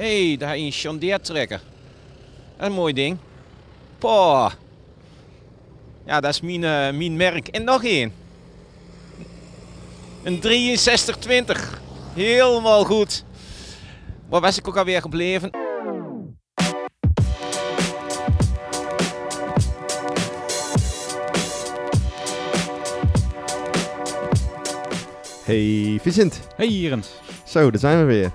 Hé, hey, daar is een chandeertrekker. Dat is een mooi ding. Poh. Ja, dat is mijn, eh, mijn merk. En nog één. Een 6320. Helemaal goed. Waar was ik ook alweer gebleven? Hey Vincent, Hey Jerens. zo daar zijn we weer.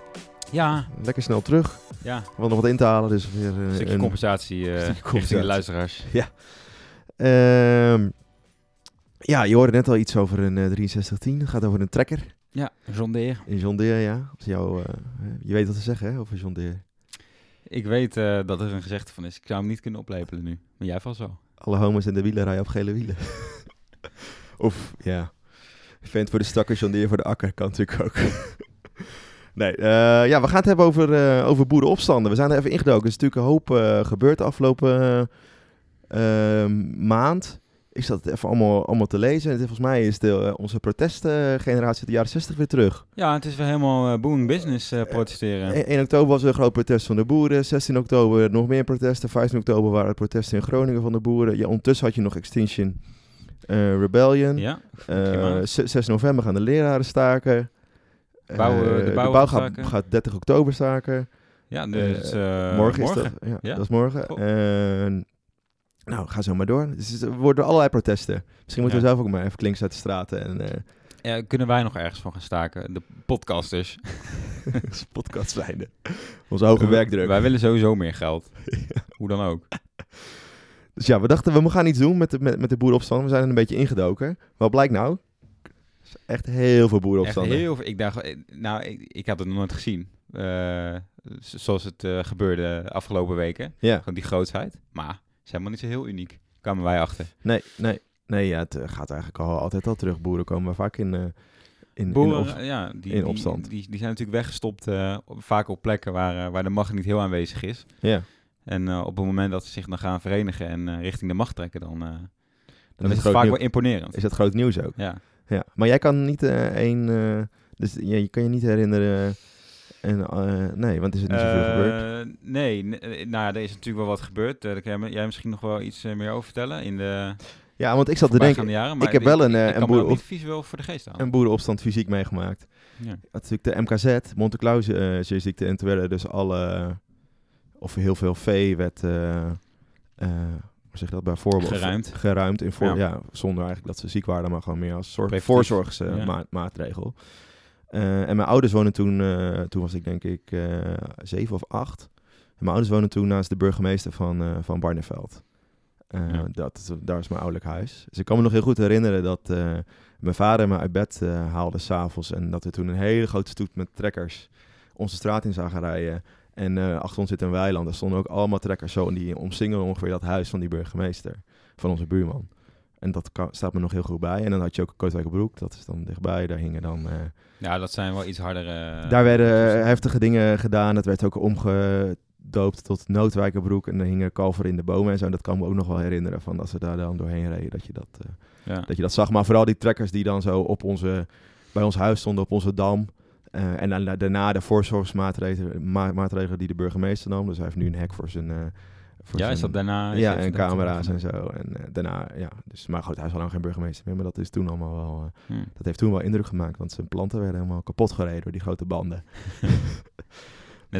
Ja, Lekker snel terug. ja. We hadden nog wat in te halen, dus weer eh, Een stukje een- compensatie eh stukje richting compensatie. de luisteraars. Ehm, ja, je hoorde net al iets over een eh, 6310. Het gaat over een trekker. Ja, zondeer. Een John Deere, ja. Dat is jouw, eh, je weet wat te zeggen, hè, over John Deere. Ik weet eh, dat er een gezegde van is. Ik zou hem niet kunnen oplepelen nu. Maar jij vast wel. Alle homo's en de wielen rijden op gele wielen. of, ja. Vent voor de stakker, John Deere voor de akker. Kan natuurlijk ook. nee, eh, ja, we gaan het hebben over, eh, over boerenopstanden. We zijn er even ingedoken. Er is natuurlijk een hoop eh, gebeurd de afgelopen eh, eh, maand. Ik zat het even allemaal, allemaal te lezen. En het- volgens mij is de, eh, onze protestgeneratie uit de jaren 60 weer terug. Ja, het is weer helemaal eh, booming business eh, protesteren. 1 E-, oktober was er een groot protest van de boeren. 16 oktober nog meer protesten. 15 oktober waren er protesten in Groningen van de boeren. Ja, ondertussen had je nog Extinction eh, Rebellion. ja, Eh, klimaat. z- 6 november gaan de leraren staken. Eh, Bouw- eh, de de bouw bouw gaat gaat, staken. gaat 30 oktober staken. ja dus eh, morgen, is dat. Ja, Ja? dat is morgen. Goh. En, nou, ga zo maar door. Dus het- er worden allerlei protesten. Misschien moeten Ja. we zelf ook maar even links uit de straten. En eh, Eh, kunnen wij nog ergens van gaan staken? De dus. podcasters. als podcast zijnde. Onze hoge werkdruk. Wij willen sowieso meer geld. Hoe dan ook. Dus ja, we dachten, we gaan iets doen met de, met, met de boerenopstand. We zijn er een beetje ingedoken. Wat blijkt nou? Er is Echt heel veel Echt boerenopstanden. heel veel. Ik dacht, eh, nou, ik, ik had het nog nooit gezien. Eh, z- zoals het eh, gebeurde de afgelopen weken. Ja, Gewoon die grootsheid. Maar ze zijn helemaal niet zo heel uniek. Kwamen wij achter. nee, nee. Nee, ja, het eh, gaat eigenlijk al, altijd al terug. Boeren komen vaak in... eh, in- in Boeren, eh, op- ja, die, in die- opstand. Die, die, zijn natuurlijk weggestopt eh, op- vaak op plekken waar, eh, waar de macht niet heel aanwezig is. ja, En eh, op het moment dat ze zich dan gaan verenigen en eh, richting de macht trekken, dan, dat eh, dan is is het groot, vaak nieuws, wel imponerend. is dat groot nieuws ook. Ja. Ja. Maar jij kan niet eh, één... eh, dus ja, je kan je niet herinneren... eh, en, eh, nee, want is het niet zoveel gebeurd. Eh, nee, n- eh, nou ja, er is natuurlijk wel wat gebeurd. Eh, daar kan jij- jij misschien nog wel iets eh, meer over vertellen in de Ja, want ik zat te denken... voorbijgaande jaren. ik heb wel een, eh, ik een, kan me dat boerenop, niet visueel voor de geest aan. een boerenopstand fysiek meegemaakt. Ja. Dat is natuurlijk de MKZ, Monte Claus eh zeeziekte. En toen werden dus alle, of heel veel vee werd, eh, eh, hoe zeg je dat, bij voorbeeld Geruimd. Geruimd, in voor, ja. Ja. zonder eigenlijk dat ze ziek waren, maar gewoon meer als soort Preventief. eh, Ja. voorzorgsmaatregel. en mijn ouders woonden toen, eh, toen was ik denk ik eh, zeven of acht. En mijn ouders woonden toen naast de burgemeester van, eh, van Barneveld. Eh, Ja. dat, is- daar is mijn ouderlijk huis. Dus ik kan me nog heel goed herinneren dat eh, mijn vader me uit bed eh, haalde s'avonds. En dat we toen een hele grote stoet met trekkers onze straat in zagen rijden. En eh, achter ons zit een weiland. Daar stonden ook allemaal trekkers zo. En die omsingelen ongeveer dat huis van die burgemeester. Van onze buurman. En dat ka- staat me nog heel goed bij. En dan had je ook Kootwijkerbroek. Dat is dan dichtbij. Daar hingen dan... eh, Ja, dat zijn wel iets harder. daar werden eh, heftige dingen gedaan. Het werd ook omgedoopt tot Noodwijkerbroek. En er hingen kalveren in de bomen en zo. En dat kan me ook nog wel herinneren. Van als we daar dan doorheen reden, dat je dat, eh, ja. dat je dat zag. Maar vooral die trekkers die dan zo op onze, bij ons huis stonden, op onze dam. Eh, en daarna- daarna de voorzorgsmaatregelen ma- maatregelen die de burgemeester nam. Dus hij heeft nu een hek voor zijn... eh, voor ja, zijn, is dat daarna? is ja, dat- en dat- camera's en zo. En eh, daarna, ja. Dus, maar goed, hij is al lang geen burgemeester meer. Maar dat is toen allemaal wel... eh, Hm. dat heeft toen wel indruk gemaakt, want zijn planten werden helemaal kapot gereden door die grote banden. Net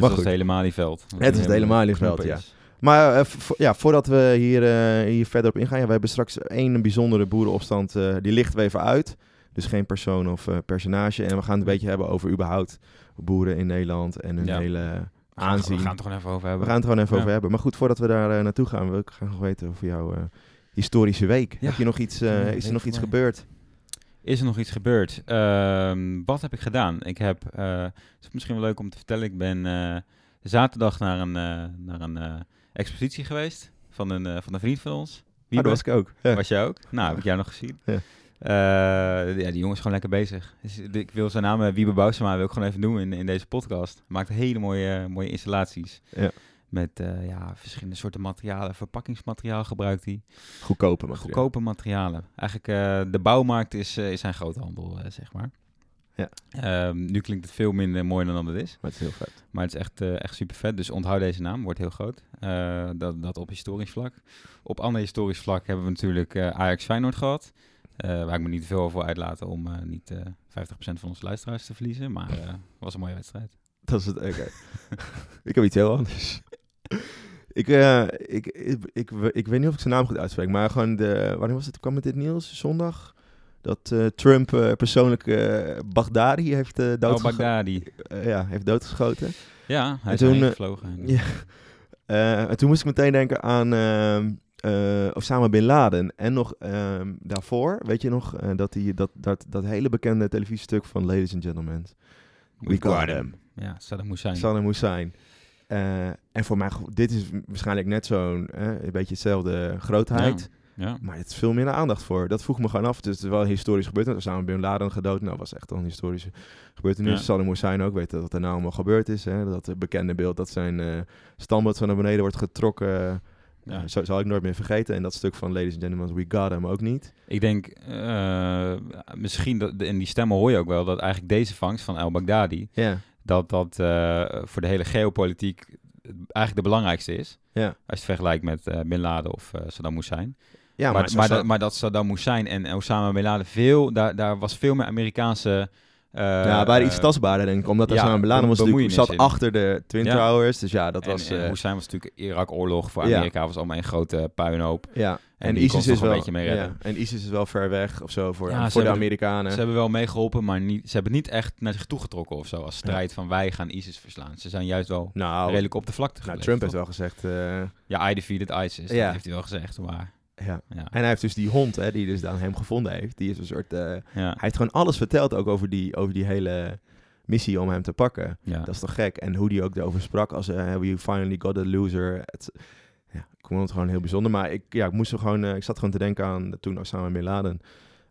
Maar zoals goed. het hele Malieveld. Net als het hele Malieveld, Knoppen is. Maar eh, vo- ja, voordat we hier, eh, hier verder op ingaan, ja, we hebben straks één bijzondere boerenopstand, eh, die lichten we even uit. Dus geen persoon of eh, personage. En we gaan het een beetje hebben over überhaupt boeren in Nederland en hun Ja. hele We gaan het- aanzien. We gaan het er gewoon even over We hebben. gaan het gewoon even Ja. over hebben. Maar goed, voordat we daar eh, naartoe gaan, wil ik graag nog weten over jouw eh, historische week. Ja. Heb je nog iets, eh, Ja, is er week nog iets voorbij. gebeurd? Is er nog iets gebeurd? Ehm, wat heb ik gedaan? Ik heb, eh, het is misschien wel leuk om te vertellen, ik ben eh, zaterdag naar een, eh, naar een eh, expositie geweest van een, eh, van een vriend van ons. Wie Ah, dat was ik ook. Ja. was jij ook? Nou, heb ik jou nog gezien. Ja. Eh, ja, die jongen is gewoon lekker bezig. Dus de- ik wil zijn naam, eh, Wiebe Bousema, wil ik gewoon even doen in, in deze podcast. Maakt hele mooie, eh, mooie installaties. Ja. Met eh, ja, verschillende soorten materialen. Verpakkingsmateriaal gebruikt hij. Goedkope materiaal. Goedkope materialen. Eigenlijk, eh, de bouwmarkt is, eh, is zijn groothandel, eh, zeg maar. Ja. Ehm, nu klinkt het veel minder mooi dan dat het is. Maar het is heel vet. Maar het is echt, eh, echt super vet. Dus onthoud deze naam, wordt heel groot. Eh, dat, dat op historisch vlak. Op ander historisch vlak hebben we natuurlijk eh, Ajax Feyenoord gehad. Eh, waar ik me niet te veel over wil uitlaten om eh, niet eh 50% van onze luisteraars te verliezen. Maar eh was een mooie wedstrijd. Dat is het, oké. ik heb iets heel anders. ik, eh, ik, ik, ik, ik weet niet of ik zijn naam goed uitspreek, maar gewoon de... Wanneer was het? Kwam het dit nieuws? Zondag? Dat eh, Trump eh, persoonlijk eh Baghdadi heeft, eh Oh, doodgeschoten. Baghdadi. ja, heeft doodgeschoten. Ja, hij is toen, eh, toen, gevlogen. Ja. Eh, en toen moest ik meteen denken aan ehm eh, Osama Bin Laden. En nog ehm, daarvoor, weet je nog, eh, dat, die, dat, dat, dat hele bekende televisiestuk van Ladies and Gentlemen. We got him. Ja, Saddam Hussein. Saddam Hussein. Eh, en voor mij, dit is waarschijnlijk net zo'n eh, een beetje hetzelfde grootheid. Ja. Maar het is veel minder aandacht voor. Dat vroeg me gewoon af. Dus het is wel een historisch gebeurtenis. Osama Bin Laden gedood. Nou, was echt wel een historische gebeurtenis. Ja. Saddam Hussein ook. Weet dat wat er nou allemaal gebeurd is. Hè? Dat eh, bekende beeld dat zijn eh standbeeld zo naar beneden wordt getrokken. Ja. Nou, zo zal ik nooit meer vergeten. En dat stuk van Ladies and Gentlemen, We Got Him ook niet. Ik denk, eh, misschien, dat, in die stemmen hoor je ook wel, dat eigenlijk deze vangst van El Baghdadi, Ja, dat dat eh, voor de hele geopolitiek eigenlijk de belangrijkste is. Ja. Als je het vergelijkt met eh, Bin Laden of eh, Saddam Hussein. ja maar, maar, maar, zo- dat, maar dat Saddam Hussein en Osama Bin Laden, veel, daar, daar was veel meer Amerikaanse... eh, ja, waren iets eh, tastbaarder denk ik. Omdat ja, Osama Bin Laden was natuurlijk, bemoeienis zat in. achter de Twin Ja. Towers. Dus ja, dat en, was... en eh, Hussein was natuurlijk Irak-oorlog voor Ja. Amerika, was allemaal een grote puinhoop. ja. En, die kon toch een beetje mee redden. ja, en ISIS is wel ver weg of zo voor, Ja, ze voor de hebben- Amerikanen. Ze hebben wel meegeholpen, maar niet, ze hebben het niet echt naar zich toegetrokken of zo. Als strijd van wij gaan ISIS verslaan. Ze zijn juist wel nou, redelijk op de vlakte nou, gebleven, Trump heeft toch? wel gezegd... eh, Ja, I defeated ISIS, Ja. dat heeft hij wel gezegd. Maar Ja. ja, En hij heeft dus die hond, hè, die dus aan hem gevonden heeft. Die is een soort. eh, ja, hij heeft gewoon alles verteld ook over die, over die hele missie om hem te pakken. ja. Dat is toch gek? En hoe die ook erover sprak als eh we finally got a loser. Het, ja, ik vond het gewoon heel bijzonder. Maar ik, ja, ik, moest er gewoon, eh, ik zat gewoon te denken aan toen Osama Bin Laden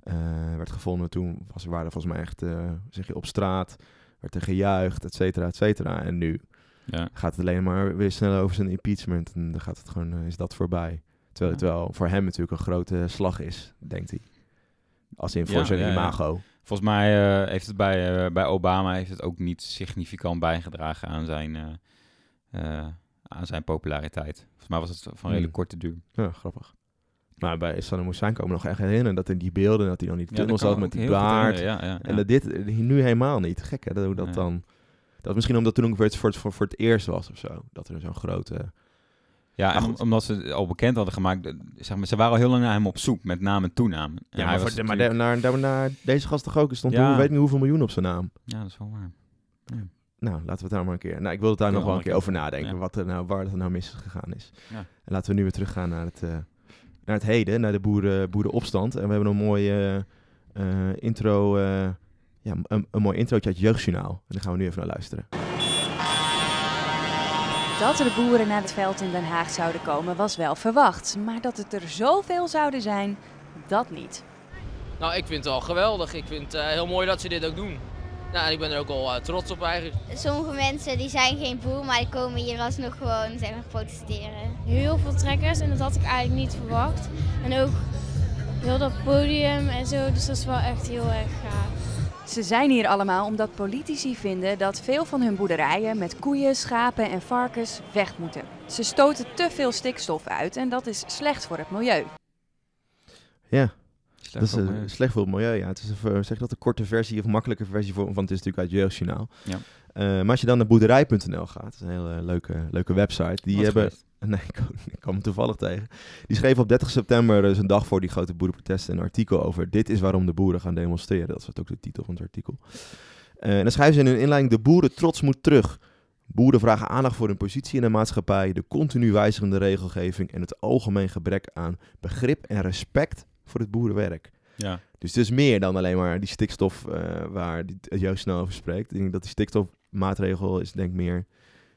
eh, werd gevonden. Toen was, waren er volgens mij echt eh, zeg je, op straat, werd er gejuicht, et cetera, et cetera. En nu ja. gaat het alleen maar weer snel over zijn impeachment. En dan gaat het gewoon, eh, is dat voorbij. Terwijl het Ja. wel voor hem natuurlijk een grote slag is, denkt hij. Als in voor Ja, zijn ja, ja. imago. Volgens mij eh, heeft het bij, eh, bij Obama heeft het ook niet significant bijgedragen aan zijn, eh, eh, aan zijn populariteit. Volgens mij was het van redelijk Hmm. korte duur. Ja, grappig. Maar bij Saddam Hussein komen we nog echt herinneren dat in die beelden, dat hij dan in die Ja, tunnel dat kan zat me met ook die heel goed baard. herinneren, Ja, ja, ja. En dat dit eh, nu helemaal niet. Gek hè, dat- hoe dat Nee. dan... Dat misschien omdat toen ook weer het voor, voor, voor het eerst was of zo. Dat er zo'n grote... Ja, Maar en om- goed. omdat ze het al bekend hadden gemaakt, eh, zeg maar, ze waren al heel lang naar hem op zoek, met naam en toenaam. En Ja, hij maar, voor, was de- maar natuurlijk- de- naar, naar, naar deze gast toch ook. Er stond Ja. hoe- weet niet hoeveel miljoen op zijn naam. Ja, dat is wel waar. Nou, laten we het daar maar een keer... Nou, ik wil het daar Ja, nog wel een maar keer ik- over nadenken. ja. Wat er nou, waar dat nou misgegaan is. Ja. En laten we nu weer teruggaan naar het, eh, naar het heden. Naar de boeren, boerenopstand. En we hebben een mooie eh, eh, intro... eh, ja, een, een mooi introotje uit het Jeugdjournaal. En daar gaan we nu even naar luisteren. Dat er boeren naar het veld in Den Haag zouden komen was wel verwacht. Maar dat het er zoveel zouden zijn, dat niet. Nou, ik vind het al geweldig. Ik vind het eh, heel mooi dat ze dit ook doen. Nou, en ik ben er ook wel eh, trots op eigenlijk. sommige mensen die zijn geen boer, maar die komen hier alsnog gewoon zeg maar, protesteren. heel veel trekkers en dat had ik eigenlijk niet verwacht. En ook heel dat podium en zo, dus dat is wel echt heel erg gaaf. Ze zijn hier allemaal omdat politici vinden dat veel van hun boerderijen met koeien, schapen en varkens weg moeten. Ze stoten te veel stikstof uit en dat is slecht voor het milieu. Ja, Slecht dat is voor een milieu. slecht voor het milieu. Ja. Het is een, ver- zeg je dat een korte versie of makkelijke versie, voor, want het is natuurlijk uit het Jeugdjournaal. Ja. Eh, maar als je dan naar boerderij.nl gaat, dat is een hele leuke, leuke website. Die Wat hebben, geweest. Nee, ik, ook niet. ik kwam hem toevallig tegen. Die schreef op 30 september, dus een dag voor die grote boerenprotesten, een artikel over dit is waarom de boeren gaan demonstreren. Dat was ook de titel van het artikel. Eh, en dan schrijven ze in hun inleiding, de boeren trots moet terug. Boeren vragen aandacht voor hun positie in de maatschappij, de continu wijzigende regelgeving en het algemeen gebrek aan begrip en respect voor het boerenwerk. Ja. Dus het is meer dan alleen maar die stikstof eh, waar die- het juist snel over spreekt. Ik denk dat die stikstofmaatregel is denk ik meer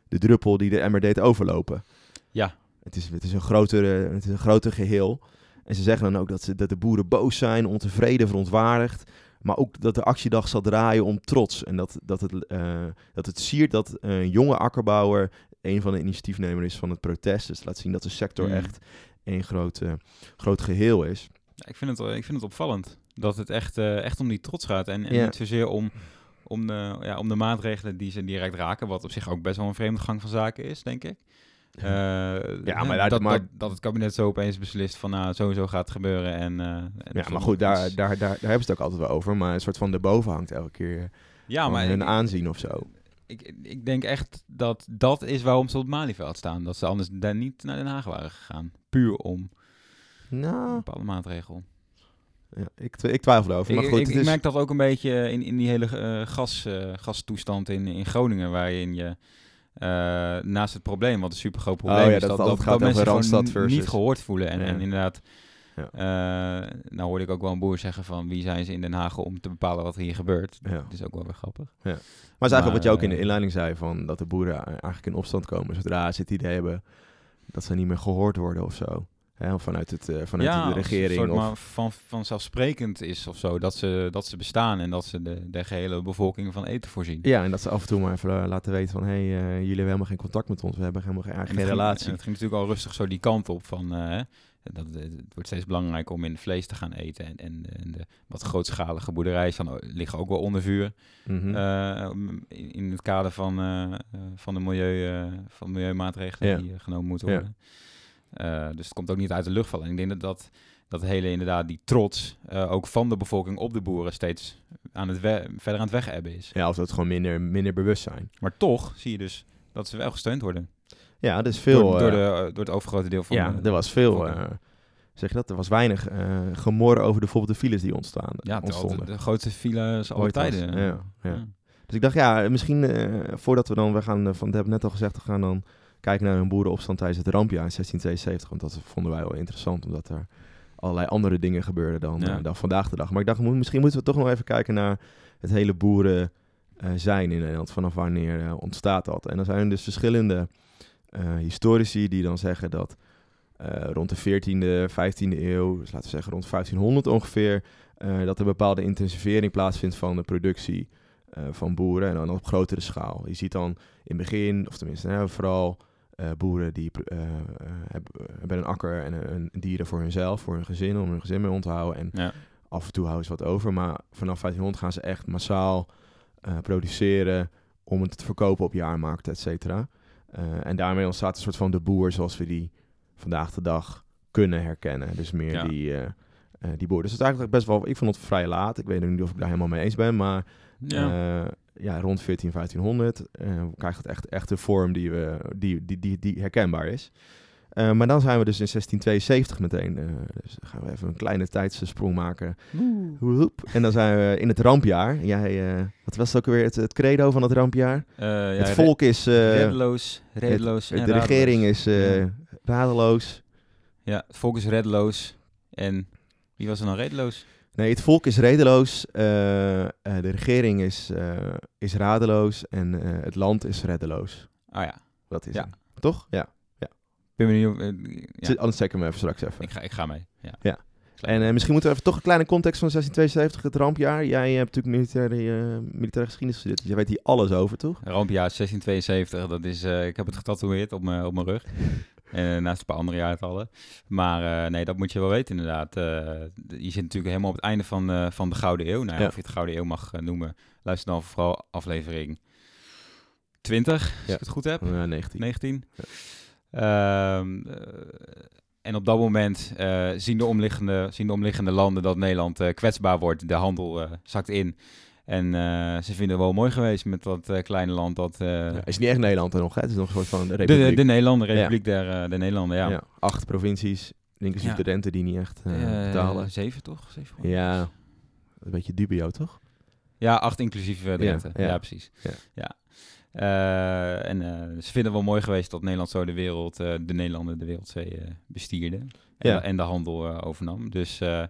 de druppel die de emmer deed overlopen. Ja. Het is, het is, een, grotere, het is een groter geheel. En ze zeggen dan ook dat, ze, dat de boeren boos zijn, ontevreden, verontwaardigd. Maar ook dat de actiedag zal draaien om trots. En dat, dat, het, eh, dat het siert dat eh, een jonge akkerbouwer een van de initiatiefnemers is van het protest. Dus het laat zien dat de sector Mm. echt één groot, eh, groot geheel is. Ja, ik, vind het, eh, ik vind het opvallend. Dat het echt, eh, echt om die trots gaat. En, en Ja. niet zozeer om, om, de, ja, om de maatregelen die ze direct raken. Wat op zich ook best wel een vreemde gang van zaken is, denk ik. Eh, maar hè, dat- dat, maar- dat, dat het kabinet zo opeens beslist van nou, sowieso gaat het gebeuren. En, eh, en Ja, of maar dat goed, daar, is- daar, daar, daar hebben ze het ook altijd wel over. Maar een soort van erboven hangt elke keer eh, ja, van maar hun ik- aanzien of zo. ik, ik denk echt dat dat is waarom ze op het Malieveld staan. Dat ze anders daar niet naar Den Haag waren gegaan. Puur om een Nou, bepaalde maatregel. ja, ik, twi- ik twijfel erover. Maar Hm. ik, goed, ik, het ik is- merk dat ook een beetje in, in die hele eh, gas, eh, gastoestand in, in Groningen. Waarin je eh, naast het probleem, wat een supergroot probleem Oh ja, is, dat dat, het altijd gaat mensen over gewoon Randstad n- versus- niet gehoord voelen. En, Ja. en inderdaad, Ja. eh, nou hoorde ik ook wel een boer zeggen van wie zijn ze in Den Haag om te bepalen wat er hier gebeurt. ja. Dat is ook wel weer grappig. Maar het is eigenlijk wat je ook in de eh, inleiding zei, van dat de boeren eh, eigenlijk in opstand komen zodra ze het idee hebben dat ze niet meer gehoord worden of zo. Hè, of vanuit, het, eh, vanuit als de het regering. Een soort of, maar van, vanzelfsprekend is of zo. Dat ze, dat ze bestaan en dat ze de, de gehele bevolking van eten voorzien. Ja, en dat ze af en toe maar even eh, laten weten van, hé, hey, eh, jullie hebben helemaal geen contact met ons, we hebben helemaal geen, En eigenlijk het geen ging- relatie. en Het ging natuurlijk al rustig zo die kant op van... eh, dat, eh, het wordt steeds belangrijker om in vlees te gaan eten. En, en, en de wat grootschalige boerderijen staan o- liggen ook wel onder vuur. Mhm. eh, om- in, in het kader van, eh, eh, van de milieu, eh, van milieumaatregelen Ja. die eh, genomen moeten Ja. worden. Eh, dus het komt ook niet uit de lucht vallen. En ik denk dat dat, dat hele inderdaad die trots eh, ook van de bevolking op de boeren steeds aan het we- verder aan het weg hebben is. Ja, of dat gewoon minder, minder bewustzijn. Maar toch zie je dus dat ze wel gesteund worden. Ja, er is veel... door, door, eh, de, door het overgrote deel van ja, de, er was veel... bevolking. eh, zeg je dat? Er was weinig eh gemor over de, bijvoorbeeld de files die ontstaan, ja, terwijl ontstonden. de, de grootste files aller Ooit was. tijden. eh. Ja, ja. Dus ik dacht, ja, misschien eh, voordat we dan, we gaan, eh, van, dat heb ik net al gezegd, we gaan dan kijken naar een boerenopstand tijdens het rampjaar in 1672. Want dat vonden wij wel interessant, omdat er allerlei andere dingen gebeurden dan, Ja. eh, dan vandaag de dag. Maar ik dacht, mo- misschien moeten we toch nog even kijken naar het hele boeren eh, zijn in Nederland. Vanaf wanneer eh, ontstaat dat? En dan zijn er dus verschillende eh, historici die dan zeggen dat eh, rond de 14e, 15e eeuw, dus laten we zeggen rond 1500 ongeveer, eh, dat er bepaalde intensivering plaatsvindt van de productie eh, van boeren en dan op grotere schaal. Je ziet dan in het begin, of tenminste hè, vooral eh, boeren die eh, eh, hebben, hebben een akker en een, een dieren voor hunzelf, voor hun gezin, om hun gezin mee rond te houden. En Ja. af en toe houden ze wat over, maar vanaf 1500 gaan ze echt massaal eh, produceren om het te verkopen op jaarmarkten, et cetera. Eh, en daarmee ontstaat een soort van de boer zoals we die vandaag de dag kunnen herkennen. Dus meer Ja. die, eh eh, die boer. Dus het is eigenlijk best wel, ik vond het vrij laat. Ik weet nog niet of ik daar helemaal mee eens ben, maar Ja. eh, ja, rond 14, 1500 eh, krijgt het echt, echt een vorm die, we, die, die, die, die herkenbaar is. Eh, maar dan zijn we dus in 1672 meteen. eh, dus dan gaan we even een kleine tijdssprong maken. Hoep. En dan zijn we in het rampjaar. Jij, eh, wat was het ook weer het, het credo van het rampjaar? Eh, ja, het volk is. eh, redeloos, redeloos en de regering is radeloos. eh, Ja. radeloos. Ja, het volk is redeloos. En wie was er nou redeloos? Nee, het volk is redeloos. eh, eh, de regering is, eh, is radeloos. En eh, het land is reddeloos. Ah ja, Dat is Ja. hem. Toch? Ja. ik ben benieuwd. eh, ja, Zit- Anders check hem even straks even. ik, ga, ik ga mee. Ja. Ja. En eh, misschien moeten we even toch een kleine context van 1672, het rampjaar. Jij hebt natuurlijk militaire, eh, militaire geschiedenis gestudeerd, dus jij weet hier alles over, toch? Rampjaar 1672, dat is, eh, ik heb het getatoeëerd op mijn, op mijn rug. Eh, naast een paar andere jaartallen. Maar eh, nee, dat moet je wel weten inderdaad. Eh, d- je zit natuurlijk helemaal op het einde van, eh, van de Gouden Eeuw. Nou, ja, Ja. Of je het Gouden Eeuw mag eh, noemen. Luister dan vooral aflevering 20, als Ja. ik het goed heb. Ja, 19. 19. Ehm, eh, en op dat moment eh, zien, de omliggende, zien de omliggende landen dat Nederland eh, kwetsbaar wordt. De handel eh, zakt in. En eh, ze vinden het wel mooi geweest met dat eh, kleine land. Dat, eh, Ja, is niet echt Nederland er nog, hè? Het is nog een soort van de, de, republiek. de Nederlanden, Republiek der, eh, der Nederlanden, ja. ja. acht provincies, inclusief Ja. de rente die niet echt eh, Eh, betalen. zeven toch? Zeven Ja, een beetje dubio, toch? Ja, acht inclusief eh, de Ja, rente. Ja, ja. precies. Ja. Ja. Eh, en eh, ze vinden het wel mooi geweest dat Nederland zo de wereld, eh, de Nederlanden de wereldzee eh, bestierde. En, Ja. en de handel eh, overnam. Dus eh,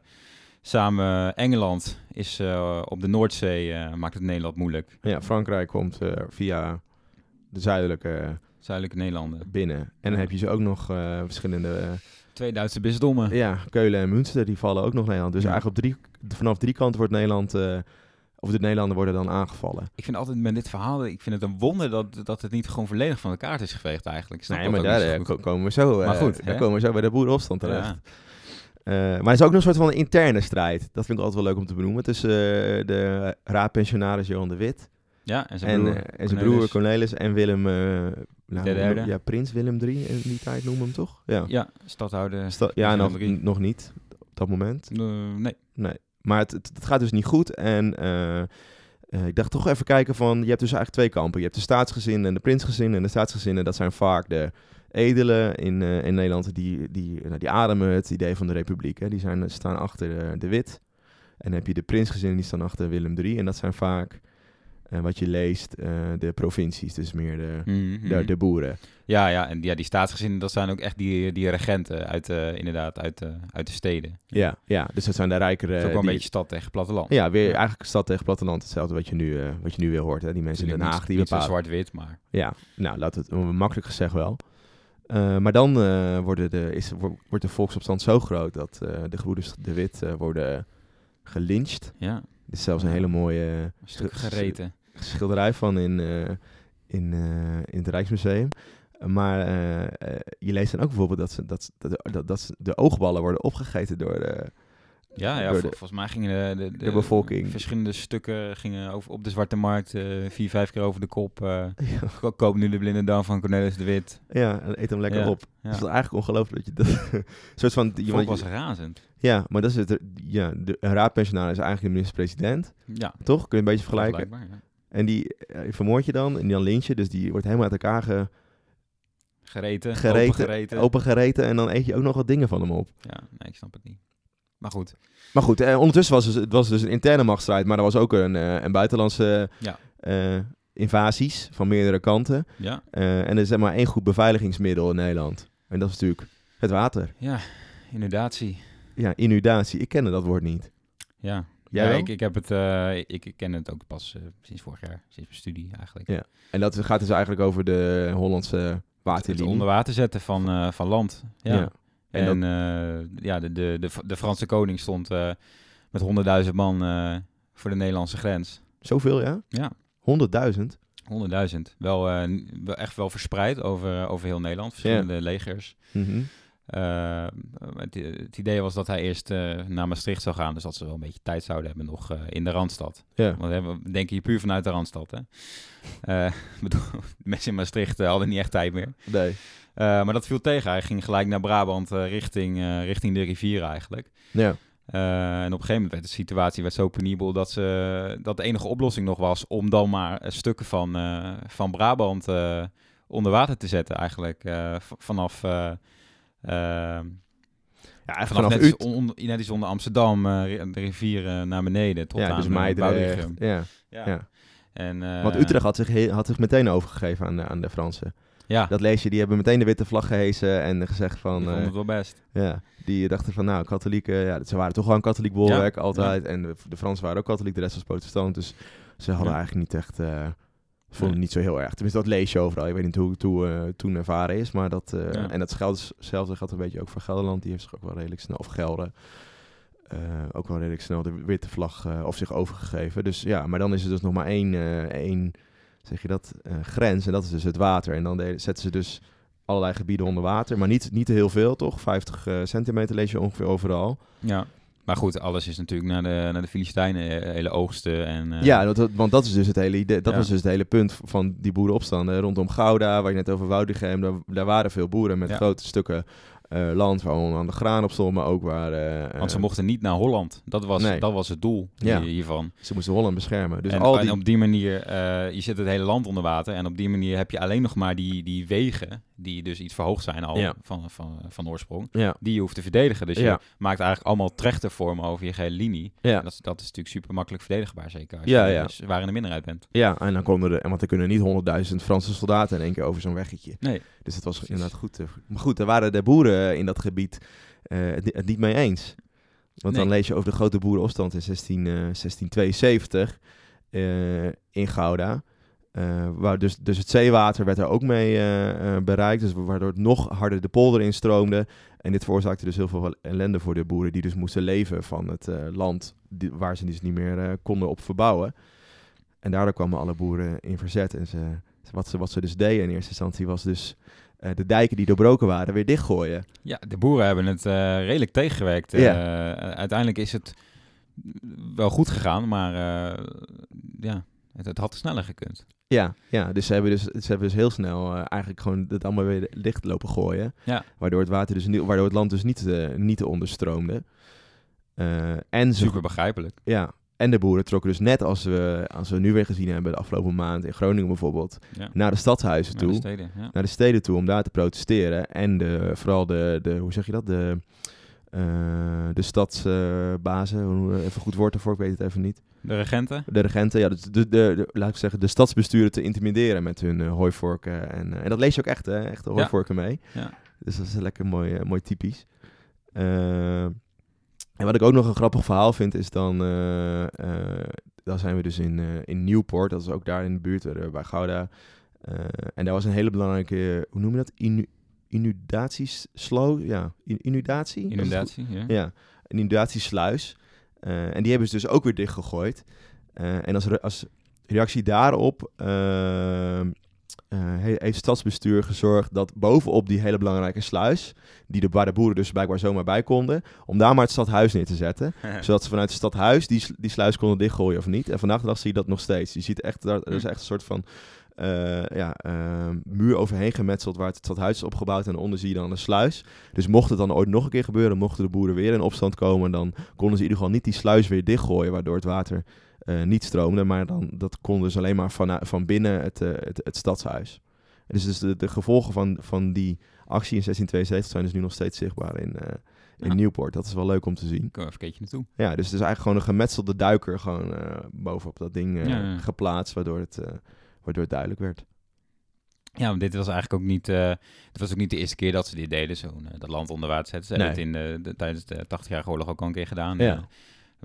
samen Engeland is eh, op de Noordzee, eh, maakt het Nederland moeilijk. Ja, Frankrijk komt eh, via de zuidelijke Zuidelijke Nederlanden. binnen. En dan heb je ze ook nog eh, verschillende... eh, Twee Duitse bisdommen. Ja, Keulen en Münster, die vallen ook nog Nederland. Dus Ja. eigenlijk op drie, vanaf drie kanten wordt Nederland... eh, of de Nederlanden worden dan aangevallen. Ik vind altijd met dit verhaal, ik vind het een wonder dat, dat het niet gewoon volledig van de kaart is geveegd eigenlijk. Ik snap Nee, dat maar ook daar niet zo eh, goed. ko- komen we zo. Maar eh, goed, daar hè? komen we zo bij de boerenopstand terecht. Ja. Eh, maar er is ook nog een soort van interne strijd. Dat vind ik altijd wel leuk om te benoemen. Tussen eh, de raadpensionaris Johan de Wit Ja, en zijn en, eh, broer. en zijn Cornelis. broer Cornelis en Willem... eh, nou, De derde. Ja, prins Willem III in die tijd noemen we hem toch? Ja, Ja, stadhouder. Sta- ja Willem nog, III. nog niet op dat moment. Eh, nee. Maar het, het, het gaat dus niet goed. En eh, eh, ik dacht toch even kijken van... Je hebt dus eigenlijk twee kampen. Je hebt de staatsgezinnen en de prinsgezinnen. En de staatsgezinnen, dat zijn vaak de edelen in, eh, in Nederland. Die, die, nou, die ademen het idee van de republiek. Hè. Die zijn, staan achter eh, de wit. En dan heb je de prinsgezinnen, die staan achter Willem III. En dat zijn vaak, eh, wat je leest, eh, de provincies. Dus meer de, Mhm. de, de boeren. Ja, ja, en ja, die staatsgezinnen, dat zijn ook echt die, die regenten uit, eh, inderdaad, uit, eh, uit de steden. Het Ja, ja dus dat zijn de rijkere... is ook wel een die- beetje stad tegen platteland. Ja, weer Ja. eigenlijk stad tegen platteland. Hetzelfde wat je nu, eh, wat je nu weer hoort. Hè. Die mensen in Natuurlijk Den Haag niet- die niet zo bepalen. zwart-wit, maar... Ja, nou, laat het makkelijk gezegd wel. Eh, maar dan eh, worden de, is, wo- wordt de volksopstand zo groot dat eh, de gebroeders de Wit eh, worden gelyncht. Ja, Er is zelfs een hele mooie een stuk gereten. eh, schilderij van in, eh, in, eh, in het Rijksmuseum. Maar eh, eh, je leest dan ook bijvoorbeeld dat, ze, dat, ze- dat, dat, dat ze de oogballen worden opgegeten door eh, de... Ja, ja door vol- de- volgens mij gingen de, de, de bevolking. Verschillende stukken gingen over, op de Zwarte Markt eh, vier, vijf keer over de kop. eh, ko- koop nu de blinde dam van Cornelis de Wit. ja, en eet hem lekker Ja, op. ja. Dus het is eigenlijk ongelooflijk dat je dat... een soort van... Het je- volk was razend. Ja, maar dat is het. Ja, de een raadpensionaris is eigenlijk de minister-president. Ja, Toch? Kun je een beetje vergelijken. vergelijkbaar. Ja. En die eh, vermoord je dan. En dan lynch je. Dus die wordt helemaal uit elkaar ge- Gereten, Gereten, opengereten. opengereten. En dan eet je ook nog wat dingen van hem op. Ja, nee, ik snap het niet. Maar goed, Maar goed, eh, ondertussen was dus, het was dus een interne machtsstrijd. Maar er was ook een, eh, een buitenlandse Ja. eh, invasies van meerdere kanten. ja. Eh, en er is zeg maar één goed beveiligingsmiddel in Nederland. En dat is natuurlijk het water. Ja, inundatie. Ja, inundatie. Ik kende dat woord niet. Ja. Jij ja, wel? ik, ik heb het, eh, ik ik ken het ook pas eh, sinds vorig jaar, sinds mijn studie eigenlijk. Ja, En dat gaat dus eigenlijk over de Hollandse Het waterlinie. onder water zetten van, eh, van land. Ja. Ja. En En, dat- eh, ja, de, de, de, de Franse koning stond eh, met honderdduizend man eh, voor de Nederlandse grens. Zoveel, ja? Ja. 100.000? Honderdduizend. Wel, eh, n- wel echt wel verspreid over, over heel Nederland, verschillende legers. Mhm. Eh, het, het idee was dat hij eerst eh, naar Maastricht zou gaan, dus dat ze wel een beetje tijd zouden hebben nog eh, in de Randstad. Ja. Want hè, we denken hier puur vanuit de Randstad. Hè? Eh, ik bedoel, de mensen in Maastricht eh, hadden niet echt tijd meer. Nee. Eh, maar dat viel tegen. Hij ging gelijk naar Brabant eh, richting, eh, richting de rivieren eigenlijk. Ja. Eh, en op een gegeven moment werd de situatie werd zo penibel dat, ze, dat de enige oplossing nog was om dan maar eh, stukken van, eh, van Brabant eh, onder water te zetten eigenlijk. Eh, v- vanaf... eh, eh, Ja, en Vanaf, vanaf, net, Utrecht. iets on- net iets onder Amsterdam, eh, ri- de rivieren naar beneden tot Ja, aan dus eh, Meidrecht. Boudigem. Ja. Ja. ja. En, eh, Want Utrecht had zich, heel- had zich meteen overgegeven aan de, aan de Fransen. Ja, Dat lees je, die hebben meteen de witte vlag gehezen en gezegd van... die vond eh, het wel best. ja, die dachten van, nou, katholieken... Ja, ze waren toch wel een katholiek bolwerk Ja, altijd. En de, de Fransen waren ook katholiek, de rest was protestant. Dus ze hadden Ja. eigenlijk niet echt... eh vonden Nee. het niet zo heel erg. Tenminste, dat lees je overal. Ik weet niet hoe het toe, eh, toen ervaren is, maar dat... eh, Ja. En dat geldt, hetzelfde geldt een beetje ook voor Gelderland. Die heeft zich ook wel redelijk snel... Of Gelder. eh, ook wel redelijk snel de witte vlag eh, of zich overgegeven. Dus ja, maar dan is er dus nog maar één, eh, één zeg je dat, eh, grens. En dat is dus het water. En dan de- zetten ze dus allerlei gebieden onder water. Maar niet, niet heel veel, toch? 50 eh, centimeter lees je ongeveer overal. Ja. Maar goed, alles is natuurlijk naar de, naar de Filistijnen, eh, hele oogsten. En, eh, Ja, dat, dat- want dat is dus het hele idee. Dat Ja. was dus het hele punt van die boerenopstanden rondom Gouda, waar je net over Woudrichem, daar, daar waren veel boeren met Ja. grote stukken eh, land, waar onder andere graan op stond, maar ook waar... eh, Want ze eh, mochten niet naar Holland. Dat was, Nee. dat was het doel Ja. hier- hiervan. ze moesten Holland beschermen. Dus en, al en die... op die manier, eh, je zet het hele land onder water. En op die manier heb je alleen nog maar die, die wegen, die dus iets verhoogd zijn al Ja. van, van, van oorsprong. Ja, Die je hoeft te verdedigen. Dus Ja. je maakt eigenlijk allemaal trechtervormen over je gehele linie. ja. En Dat, is- dat is natuurlijk super makkelijk verdedigbaar, zeker als Ja, je ja. Dus waar in de minderheid bent. Ja, en dan konden er, want er kunnen niet honderdduizend Franse soldaten in één keer over zo'n weggetje. Nee. Dus dat was Precies. inderdaad goed. eh, Maar goed, daar waren de boeren eh, in dat gebied eh, het, ni- het niet mee eens. Want dan Nee. lees je over de grote boerenopstand in 16, eh, 1672 eh, in Gouda. Eh, waar dus, dus het zeewater werd er ook mee eh, eh, bereikt. Dus waardoor het nog harder de polder instroomde. En dit veroorzaakte dus heel veel ellende voor de boeren. Die dus moesten leven van het eh, land die- waar ze dus niet meer eh, konden op verbouwen. En daardoor kwamen alle boeren in verzet. En ze, wat, ze, wat ze dus deden in eerste instantie was dus eh, eh, de dijken die doorbroken waren weer dichtgooien. Ja, de boeren hebben het eh, redelijk tegengewerkt. Eh, uiteindelijk is het wel goed gegaan, maar eh, ja, het, het had sneller gekund. Ja, ja dus, ze hebben dus ze hebben dus heel snel eh, eigenlijk gewoon het allemaal weer dicht lopen gooien. Ja. Waardoor het water dus niet, waardoor het land dus niet, eh, niet onderstroomde. Eh, en ze Super begrijpelijk. Ja, en de boeren trokken dus net als we, als we nu weer gezien hebben de afgelopen maand in Groningen bijvoorbeeld, Ja. naar de stadhuizen Naar toe, de steden, ja. naar de steden toe om daar te protesteren. En de, vooral de, de, hoe zeg je dat, de, eh, de stadsbazen, hoe- even goed woord ervoor, ik weet het even niet. De regenten. De regenten, ja, dus de, de, de- laat ik zeggen, de stadsbesturen te intimideren met hun eh, hooivorken. En, eh, en dat lees je ook echt, hè, echt de Ja. hooivorken mee. Ja. Dus dat is lekker mooi, eh, mooi typisch. Eh, en wat ik ook nog een grappig verhaal vind, is dan... eh eh, dan zijn we dus in, eh, in Nieuwpoort, dat is ook daar in de buurt eh, bij Gouda. Eh, en daar was een hele belangrijke, eh, hoe noem je dat? Inu inundatiesloot? Ja, in- inundatie? Dat is het goed. Inundatie, ja. Ja, een inundatiesluis. Eh, en die hebben ze dus ook weer dichtgegooid. Eh, en als, re- als reactie daarop eh, eh, he- heeft stadsbestuur gezorgd dat bovenop die hele belangrijke sluis, die de, waar de boeren dus blijkbaar zomaar bij konden, om daar maar het stadhuis neer te zetten. zodat ze vanuit het stadhuis die, sl- die sluis konden dichtgooien of niet. En vandaag de dag zie je dat nog steeds. Je ziet echt, daar, er is echt een soort van eh, ja, eh, muur overheen gemetseld waar het stadhuis is opgebouwd. En onder zie je dan een sluis. Dus mocht het dan ooit nog een keer gebeuren, mochten de boeren weer in opstand komen, dan konden ze in ieder geval niet die sluis weer dichtgooien, waardoor het water eh, niet stroomde. Maar dan, dat kon dus alleen maar van, van binnen het, eh, het, het stadshuis. En Dus, dus de, de gevolgen van, van die actie in 1672 zijn dus nu nog steeds zichtbaar in, eh, in Ja. Nieuwpoort. Dat is wel leuk om te zien. Kom even een keertje naartoe. Ja, dus het is eigenlijk gewoon een gemetselde duiker gewoon eh, bovenop dat ding eh, Ja, ja. geplaatst, waardoor het, eh, waardoor het duidelijk werd. Ja, want dit was eigenlijk ook niet, eh, het was ook niet de eerste keer dat ze dit deden, zo'n, eh, dat land onder water zetten. Ze hebben Nee. het in de, de- tijdens de 80-jarige oorlog ook al een keer gedaan. Ja. eh,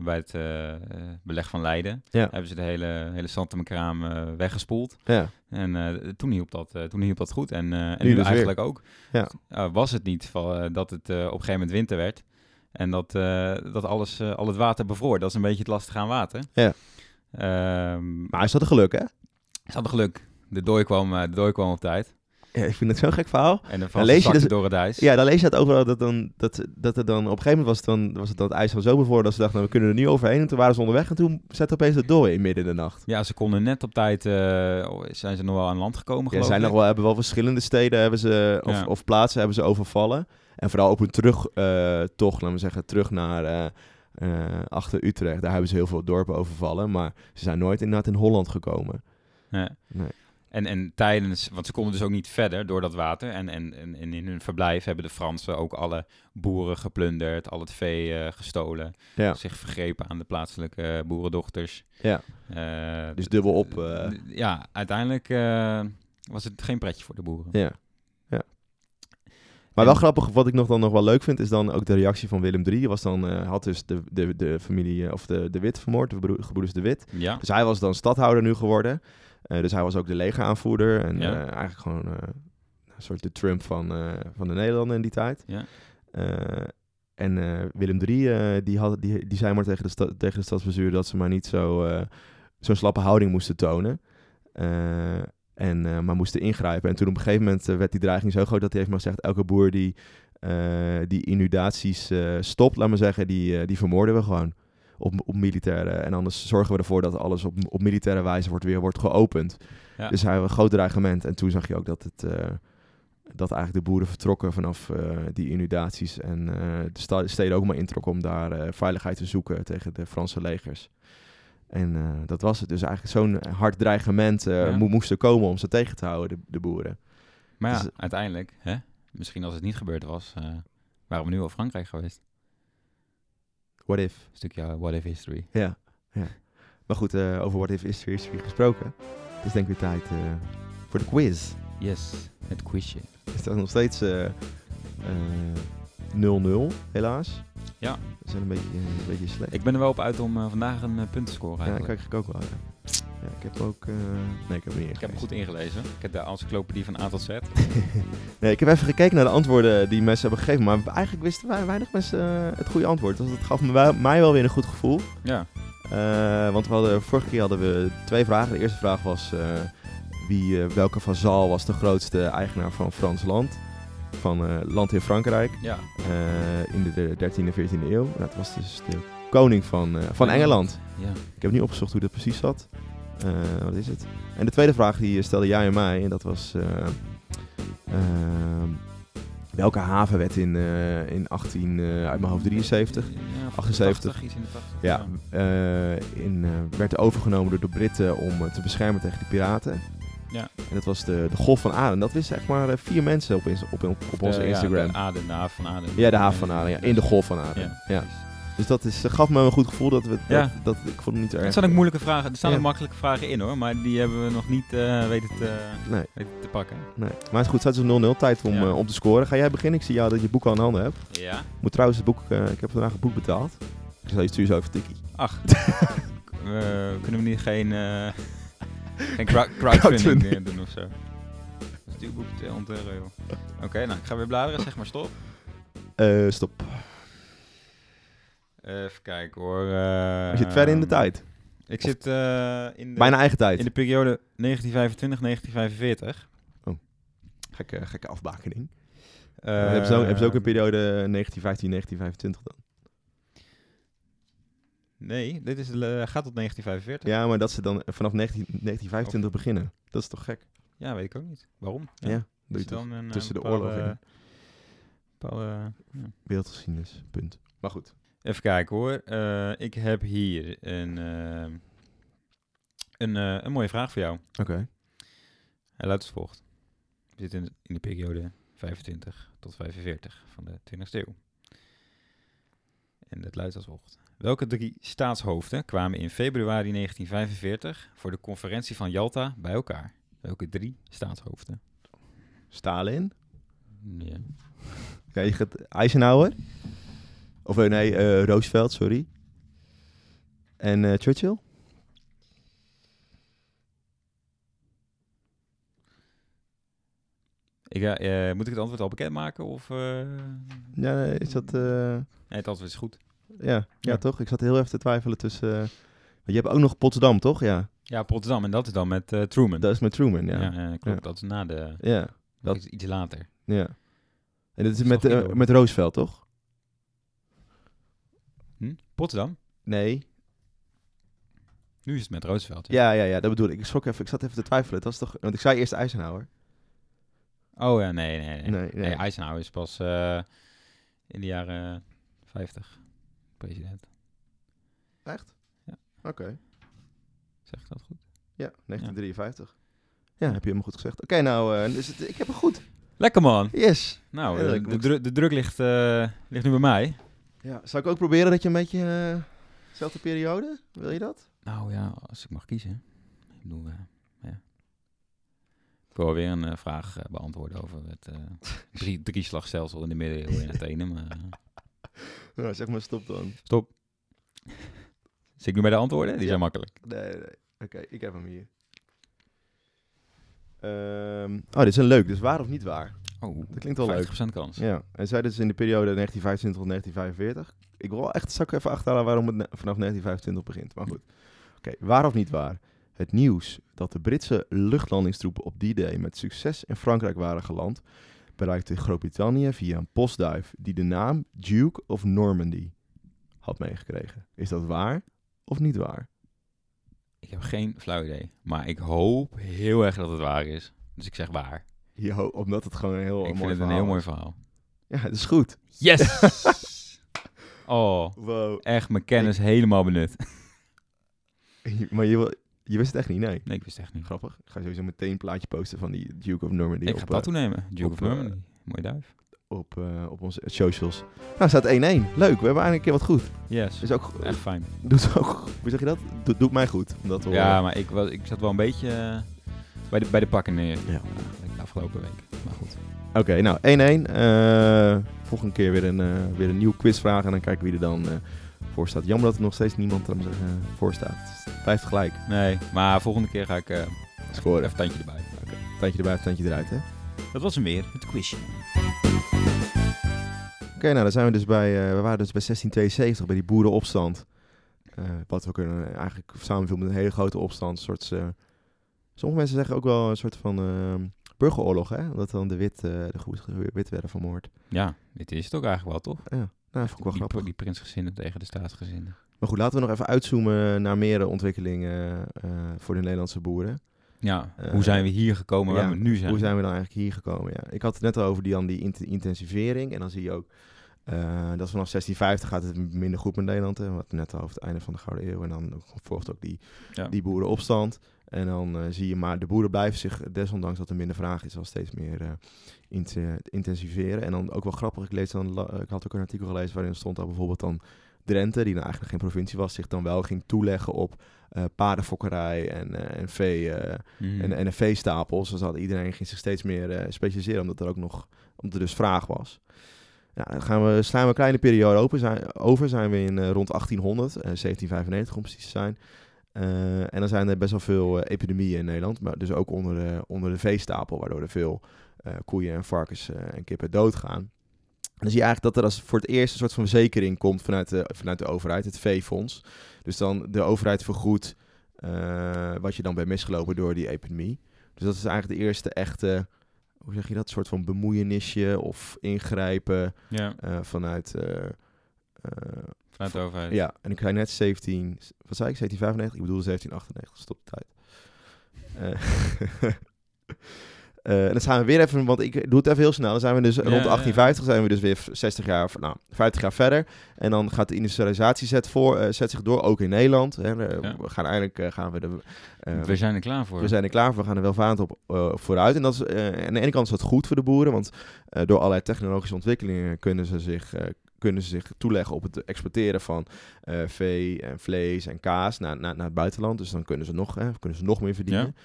bij het eh, eh, beleg van Leiden Ja. hebben ze de hele, hele Santemkraam eh weggespoeld. Ja, En eh, toen, hielp dat, eh, toen hielp dat goed. En, eh, en Nu nu, dus eigenlijk ook. Ja. Eh, was het niet van, eh, dat het eh, op een gegeven moment winter werd. En dat, eh, dat alles, eh, al het water bevroor. Dat is een beetje het lastige aan water. Ja. Ehm, maar is dat een geluk, hè? ze hadden geluk. De dooi kwam, eh, de dooi kwam op tijd. Ja, ik vind het zo'n gek verhaal. En de Dan lees je vaste zakte dus- door het ijs. Ja, dan lees je het overal dat, dan, dat, dat er dan op een gegeven moment was, het dan, was het dat ijs van zo bevroren dat ze dachten, nou, we kunnen er nu overheen. En toen waren ze onderweg en toen zette opeens het dooi in midden in de nacht. Ja, ze konden net op tijd... eh, oh, zijn ze nog wel aan land gekomen, Ja, geloof zijn ik. nog wel, hebben wel verschillende steden hebben ze, of, Ja. of plaatsen hebben ze overvallen. En vooral op hun terugtocht, laten we zeggen, terug naar eh, eh, achter Utrecht. Daar hebben ze heel veel dorpen overvallen, maar ze zijn nooit inderdaad in Holland gekomen. Ja. Nee. En, en tijdens, want ze konden dus ook niet verder door dat water. En, en, en en in hun verblijf hebben de Fransen ook alle boeren geplunderd, al het vee eh, gestolen. Ja. Zich vergrepen aan de plaatselijke eh, boerendochters. Ja. Eh, Dus dubbel op. eh, d- Ja, uiteindelijk eh, was het geen pretje voor de boeren. Ja. ja. Maar wel En- grappig, wat ik nog dan nog wel leuk vind, is dan ook de reactie van Willem III. Die Was dan, eh, had dus de, de, de familie, eh, of de, de Wit vermoord, de broer- gebroeders de Wit. Ja. Dus hij was dan stadhouder nu geworden. Eh, dus hij was ook de legeraanvoerder. En Ja. eh, eigenlijk gewoon eh, een soort de Trump van, eh, van de Nederlanden in die tijd. Ja. Eh, en eh, Willem III, eh, die, had, die, die zei maar tegen de, sta- tegen de stadsbestuur dat ze maar niet zo, eh, zo'n slappe houding moesten tonen. Eh, en, eh, maar moesten ingrijpen. En toen op een gegeven moment eh, werd die dreiging zo groot dat hij heeft maar gezegd... elke boer die, eh, die inundaties eh, stopt, laat maar zeggen, die, eh, die vermoorden we gewoon op, op militaire. En anders zorgen we ervoor dat alles op, op militaire wijze wordt, weer wordt geopend. Ja. Dus hij had een groot dreigement. En toen zag je ook dat het. eh, dat eigenlijk de boeren vertrokken vanaf eh, die inundaties. En eh, de sta- steden ook maar introkken om daar eh, veiligheid te zoeken tegen de Franse legers. En eh, dat was het. Dus eigenlijk zo'n hard dreigement eh, Ja. mo- moest er komen om ze tegen te houden, de, de boeren. Maar ja, Dus- uiteindelijk, hè, misschien als het niet gebeurd was, eh, waren we nu al Frankrijk geweest. What if? Een stukje eh, what if history. Ja. ja. Maar goed, eh, over what if is er history gesproken. Het is denk ik weer tijd eh, voor de quiz. Yes, het quizje. Het staat nog steeds eh, eh, 0-0, helaas. Ja. We zijn een beetje, eh, een beetje slecht. Ik ben er wel op uit om eh, vandaag een eh, punt te scoren ja, eigenlijk. kijk ik ook wel. Ja. Ja, ik heb ook... eh, nee, ik heb hem niet Ik heb hem ingelezen. goed ingelezen. Ik heb de encyclopedie van A tot Z. Nee, ik heb even gekeken naar de antwoorden die mensen hebben gegeven. Maar eigenlijk wisten wij- weinig mensen eh, het goede antwoord. Dus dat gaf me wel- mij wel weer een goed gevoel. Ja. Eh, want we hadden, vorige keer hadden we twee vragen. De eerste vraag was... eh, wie, eh, welke vazal was de grootste eigenaar van Frans land. Van eh, land in Frankrijk Ja. eh, in de 13e, 14e eeuw. Nou, dat was dus de koning van, eh, van Engeland. Ja. Ik heb niet opgezocht hoe dat precies zat. Eh, wat is het? En de tweede vraag die eh, stelde jij en mij, en dat was... eh, ehm, welke haven werd in, eh, in 18, eh, uit mijn hoofd, 73? Ja, of 78. 80, iets in de 80. Ja, eh, in, eh, werd overgenomen door de Britten om eh, te beschermen tegen de piraten. Ja. En dat was de, de Golf van Aden. Dat wisten echt maar eh, vier mensen op, ins- op, op, op onze De- Ja, Instagram. de Aden, de haven van Aden. Ja, de haven van Aden. Ja, in de Golf van Aden. Ja. Ja. precies. Dus dat is, gaf me een goed gevoel dat we... Dat, Ja. dat, ik vond het niet erg. Er staan ook moeilijke vragen. Er staan Ja. ook makkelijke vragen in hoor, maar die hebben we nog niet eh, weten, te, Nee. weten te pakken. Nee. Maar het is goed, het is 0-0. Tijd om, Ja. eh, om te scoren. Ga jij beginnen? Ik zie jou dat je boek al in handen hebt. Ja. Moet trouwens het boek... eh, ik heb vandaag het boek betaald. Ik zal je sturen zo even tikkie. Ach. we, kunnen we niet geen, eh geen crowd- crowdfunding Crowdfunding. meer doen of zo? Dat is duurboek 200 euro joh. Oké, nou ik ga weer bladeren, zeg maar stop. Eh, stop. Even kijken hoor. eh, Je zit ver in de tijd. Ik zit eh, in, de, Bijna eigen tijd. in de periode 1925-1945. Oh. Gekke, gekke afbakening. Eh, Eh, hebben, ze ook, hebben ze ook een periode 1915, 1925 dan? Nee, dit is, eh, gaat tot 1945. Ja, maar dat ze dan vanaf 19, 1925 beginnen. Dat is toch gek? Ja, weet ik ook niet. Waarom? Ja, doe Is je toch? dan een, eh, tussen de bepaalde- oorlogen in. bepaalde- ja. Wereldgeschiedenis, punt. Maar goed. Even kijken hoor. Eh, ik heb hier een, eh, een, eh, een mooie vraag voor jou. Oké. Hij luidt als volgt. We zitten in, in de periode 25 tot 45 van de 20e eeuw. En dat luidt als volgt. Welke drie staatshoofden kwamen in februari 1945 voor de conferentie van Jalta bij elkaar? Welke drie staatshoofden? Stalin. Ja. Ja, je gaat Eisenhower. Of eh, nee, eh, Roosevelt, sorry. En eh, Churchill. Ik, ga- eh, moet ik het antwoord al bekendmaken? Of, eh? Ja, eh, is dat... eh, Nee, het antwoord is goed. ja, ja, Ja. toch? Ik zat heel even te twijfelen tussen... eh, want je hebt ook nog Potsdam, toch? Ja. Ja, Potsdam. En dat is dan met eh, Truman. Dat is met Truman, ja, ja. Ja. eh, klopt. Dat is na de... ja. Dat is iets later. En dat is is met, toch eh, Ido? met Roosevelt, toch? Hm? Potsdam? Nee. Nu is het met Roosevelt. hè? Ja, ja, ja, dat bedoel ik. Ik schrok even. Ik zat even te twijfelen. Dat is toch... Want ik zei eerst Eisenhower. Oh ja, nee, nee, nee. Nee, nee. Nee, Eisenhower is pas eh, in de jaren 50 president. Echt? Ja. Oké. Zeg ik dat goed? Ja, 1953. Ja, heb je helemaal goed gezegd. Oké, nou, eh, dus het- ik heb het goed. Lekker man. Yes. Nou, Ja, eh, ik de, moet- dru- de druk ligt, eh, ligt nu bij mij. Ja, zou ik ook proberen dat je een beetje... eh, Zelfde periode? Wil je dat? Nou ja, als ik mag kiezen. Ik bedoel, eh, ja. Ik wil weer een eh, vraag eh, beantwoorden over het eh drie, drieslagstelsel in de middeleeuwen in Athene. Maar, eh, Nou, zeg maar stop dan. stop. Zit ik nu bij de antwoorden? Die Ja. zijn makkelijk. Nee, nee. nee. Oké, ik heb hem hier. Ehm, oh, dit is een leuk. Dus waar of niet waar? Oh, Dat klinkt wel leuk. 50% kans. Ja, en zij dus in de periode 1925 tot 1945. Ik wil wel echt straks even achterhalen waarom het ne- vanaf 1925 begint. Maar goed. Oké, waar of niet waar? Het nieuws dat de Britse luchtlandingstroepen op die day met succes in Frankrijk waren geland, bereikte Groot-Brittannië via een postduif die de naam Duke of Normandy had meegekregen. Is dat waar of niet waar? Ik heb geen flauw idee. Maar ik hoop heel erg dat het waar is. Dus ik zeg waar. Jo, omdat het gewoon een heel ik mooi vind het een verhaal heel mooi is. verhaal. Ja, dat is goed. Yes! oh, Wow. echt mijn kennis helemaal benut. Maar je, wil- je wist het echt niet, nee. Nee, ik wist het echt niet. Grappig. Ik ga sowieso meteen een plaatje posten van die Duke of Normandy Ik ga op, dat toenemen. Duke op, of eh, Normandy. Mooie duif. eh, op, eh, op onze socials. Nou, staat 1-1. Leuk, we hebben eigenlijk een keer wat goed. Yes. Is ook, go- Echt fijn. doet ook, hoe zeg je dat? Doet, doet mij goed. Omdat we Ja, maar ik, was, ik zat wel een beetje eh, bij, de, bij de pakken neer. Ja. Eigenlijk de afgelopen week. Maar goed. Oké, nou 1-1. Eh, volgende keer weer een, eh, weer een nieuwe quizvraag en dan kijken wie er dan eh, voor staat. Jammer dat er nog steeds niemand er eh, voor staat. Blijft gelijk. Nee, maar volgende keer ga ik eh, Scoren. even tandje erbij. Tandje erbij, tandje eruit, hè? Dat was hem weer. Het quizje. Oké, nou dan zijn we dus bij, eh, we waren dus bij 1672, bij die boerenopstand. Eh, wat ook een, eigenlijk samenviel met een hele grote opstand, een soort, eh, Sommige mensen zeggen ook wel een soort van ehm, burgeroorlog, hè? Omdat dan de wit, eh, de goed wit werden vermoord. Ja, dit is het ook eigenlijk wel, toch? Ja, nou, vond ik wel die, grappig. die prinsgezinnen tegen de staatsgezinnen. Maar goed, laten we nog even uitzoomen naar meer ontwikkelingen eh, voor de Nederlandse boeren. Ja, Eh, hoe zijn we hier gekomen waar ja, we nu zijn? Hoe zijn we dan eigenlijk hier gekomen? Ja. Ik had het net al over die, dan die int- intensivering. En dan zie je ook eh, dat vanaf 1650 gaat het minder goed met Nederland. Hè, wat net al over het einde van de Gouden Eeuw. En dan ook- volgt ook die, Ja. die boerenopstand. En dan eh, zie je maar, de boeren blijven zich, desondanks dat er minder vraag is, al steeds meer eh, int- eh, intensiveren. En dan ook wel grappig, ik, lees dan, la- ik had ook een artikel gelezen waarin stond dat bijvoorbeeld dan Drenthe, die nou eigenlijk geen provincie was, zich dan wel ging toeleggen op eh, paardenfokkerij en, eh, en vee... eh, Hmm. en, en een veestapels. Dus dat iedereen ging zich steeds meer eh, specialiseren, omdat er ook nog omdat er dus vraag was. Ja, dan gaan we, slaan we een kleine periode open, zijn, over, zijn we in eh, rond 1800, eh, 1795 om precies te zijn. Eh, en dan zijn er best wel veel eh, epidemieën in Nederland, maar dus ook onder de, onder de veestapel, waardoor er veel eh, koeien en varkens eh, en kippen doodgaan. En dan zie je eigenlijk dat er als voor het eerst een soort van verzekering komt vanuit de, vanuit de overheid, het veefonds. Dus dan de overheid vergoedt eh, wat je dan bent misgelopen door die epidemie. Dus dat is eigenlijk de eerste echte, hoe zeg je dat, soort van bemoeienisje of ingrijpen ja, eh, vanuit... eh, eh, vanuit de overheid. ja, en ik zei net 17, wat zei ik, 1795? Ik bedoelde 1798, stop de tijd. Eh, eh, en dan zijn we weer even, want ik doe het even heel snel. Dan zijn we dus Ja, rond ja. 1850, zijn we dus weer 60 jaar, nou, 50 jaar verder. En dan gaat de industrialisatie zet, voor, eh, zet zich door, ook in Nederland. Hè, Eh, Ja. We gaan eindelijk, eh, gaan we de... eh, we zijn er klaar voor. we zijn er klaar voor, we gaan er welvarend op eh, vooruit. En dat is, eh, aan de ene kant is dat goed voor de boeren, want eh, door allerlei technologische ontwikkelingen kunnen ze zich, eh, kunnen ze zich toeleggen op het exporteren van eh, vee en vlees en kaas naar, naar, naar het buitenland. Dus dan kunnen ze nog, hè, kunnen ze nog meer verdienen.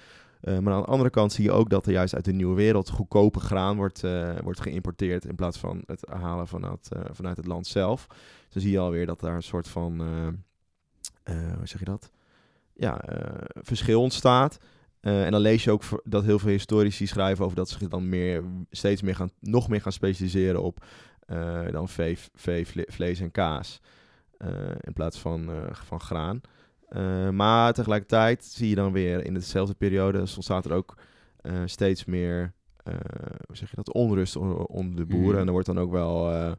Ja. Eh, maar aan de andere kant zie je ook dat er juist uit de nieuwe wereld goedkope graan wordt, eh, wordt geïmporteerd in plaats van het halen vanuit, eh, vanuit het land zelf. Dus dan zie je alweer dat daar een soort van, eh, eh, hoe zeg je dat? Ja, eh, verschil ontstaat. Eh, en dan lees je ook ver- dat heel veel historici schrijven over dat ze zich dan meer, steeds meer gaan, nog meer gaan specialiseren op eh, dan vee, vee, vle- vlees en kaas. eh, in plaats van, eh, van graan. Eh, maar tegelijkertijd zie je dan weer in dezelfde periode dus ontstaat er ook eh, steeds meer eh, hoe zeg je dat, onrust on- onder de boeren. Mhm. En er wordt dan ook wel. eh,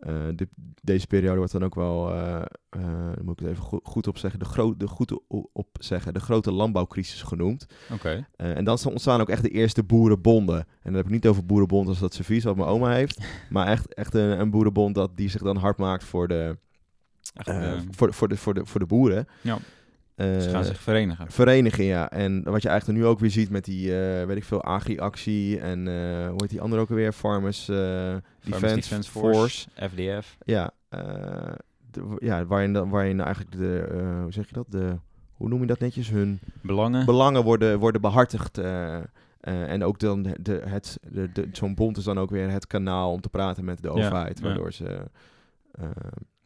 eh, de- deze periode wordt dan ook wel, eh eh, daar moet ik het even goed, goed op zeggen, de, gro- de, goed o- op zeggen, de grote landbouwcrisis genoemd. Oké. Eh, en dan ontstaan ook echt de eerste boerenbonden. En dan heb ik niet over boerenbond als dat servies wat mijn oma heeft. Maar echt, echt een, een boerenbond dat, die zich dan hard maakt voor de, Echt, eh, eh, voor, voor de, voor de, voor de boeren. Ja. Eh, ze gaan zich verenigen. Verenigen, ja. En wat je eigenlijk nu ook weer ziet met die, eh, weet ik veel, agri-actie en eh, hoe heet die andere ook alweer? Farmers, eh, Defense, Force. FDF. Ja, eh, de- ja waarin, dan- waarin eigenlijk de, eh, hoe zeg je dat? De, hoe noem je dat netjes? Hun Belangen. belangen worden, worden behartigd. eh, eh, en ook dan de, de- het, de, de, zo'n bond is dan ook weer het kanaal om te praten met de overheid. ja. waardoor ze. eh,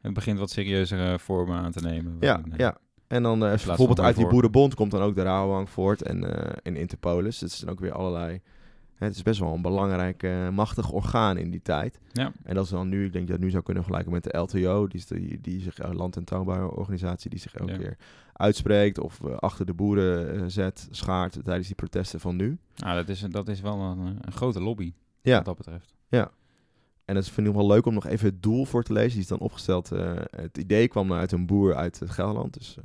het begint wat serieuzere vormen aan te nemen. ja, waarin, eh, ja. En dan eh, van bijvoorbeeld uit die Hooivork. Boerenbond komt dan ook de Rabobank voort en, eh, en Interpolis. Dat is dan ook weer allerlei. Het is best wel een belangrijk, eh, machtig orgaan in die tijd. Ja. En dat is dan nu, ik denk dat nu zou kunnen vergelijken met de LTO, die, is de, die zich, eh, Land- en Tuinbouworganisatie, die zich elke Ja. keer uitspreekt of eh, achter de boeren eh, zet, schaart tijdens die protesten van nu. Ah, dat, is, dat is wel een, eh, een grote lobby, Ja. wat dat betreft. En dat vind ik wel leuk om nog even het doel voor te lezen. Die is dan opgesteld. eh, het idee kwam nou uit een boer uit het Gelderland. Dus eh,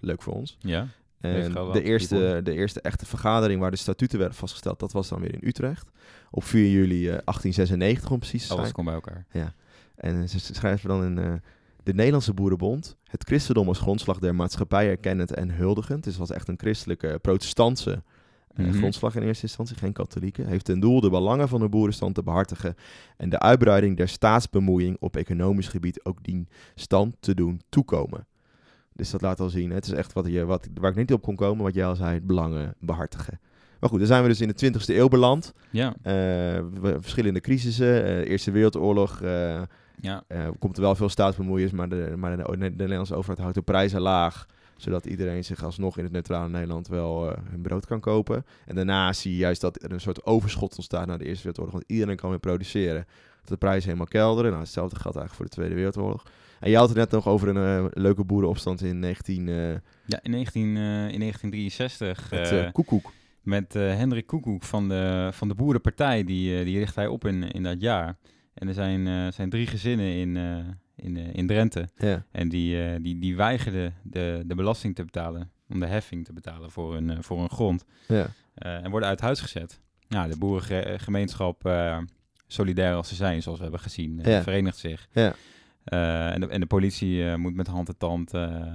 leuk voor ons. Ja. Leef En Gelderland, de die eerste, boer. de eerste echte vergadering waar de statuten werden vastgesteld, dat was dan weer in Utrecht. Op 4 juli eh, 1896 om precies te zijn. Alles komt bij elkaar. En ze ze schrijven dan in eh, de Nederlandse Boerenbond. Het christendom als grondslag der maatschappij erkennend en huldigend. Dus het was echt een christelijke, protestantse eh, Mhm. grondslag in eerste instantie, geen katholieke. Heeft ten doel de belangen van de boerenstand te behartigen en de uitbreiding der staatsbemoeiing op economisch gebied ook dien stand te doen toekomen. Dus dat laat al zien. Het is echt wat je, wat, waar ik niet op kon komen, wat jij al zei, het belangen behartigen. Maar goed, dan zijn we dus in de 20e eeuw beland. Ja, Eh, we- verschillende crisissen, eh, Eerste Wereldoorlog, eh, ja. eh, komt er wel veel staatsbemoeiers, maar, de, maar de, de Nederlandse overheid houdt de prijzen laag. Zodat iedereen zich alsnog in het neutrale Nederland wel eh, hun brood kan kopen. En daarna zie je juist dat er een soort overschot ontstaat na de Eerste Wereldoorlog. Want iedereen kan weer produceren. dat de prijzen helemaal kelderen. Nou, hetzelfde geldt eigenlijk voor de Tweede Wereldoorlog. En je had het net nog over een eh, leuke boerenopstand in 19... eh Ja, in, 19, eh, in 1963 het eh, eh, koekoek. met eh, Hendrik Koekoek van de, van de Boerenpartij, die, eh, die richt hij op in, in dat jaar. En er zijn, eh, zijn drie gezinnen in, eh, in, eh, in Drenthe Ja. en die, eh, die, die weigerden de, de belasting te betalen, om de heffing te betalen voor hun, eh, voor hun grond. Ja. eh, en worden uit huis gezet. Nou, de boerengemeenschap, eh, solidair als ze zijn, zoals we hebben gezien, eh, Ja. verenigt zich. Ja. Eh, en, de, en de politie eh, moet met hand en tand eh, eh,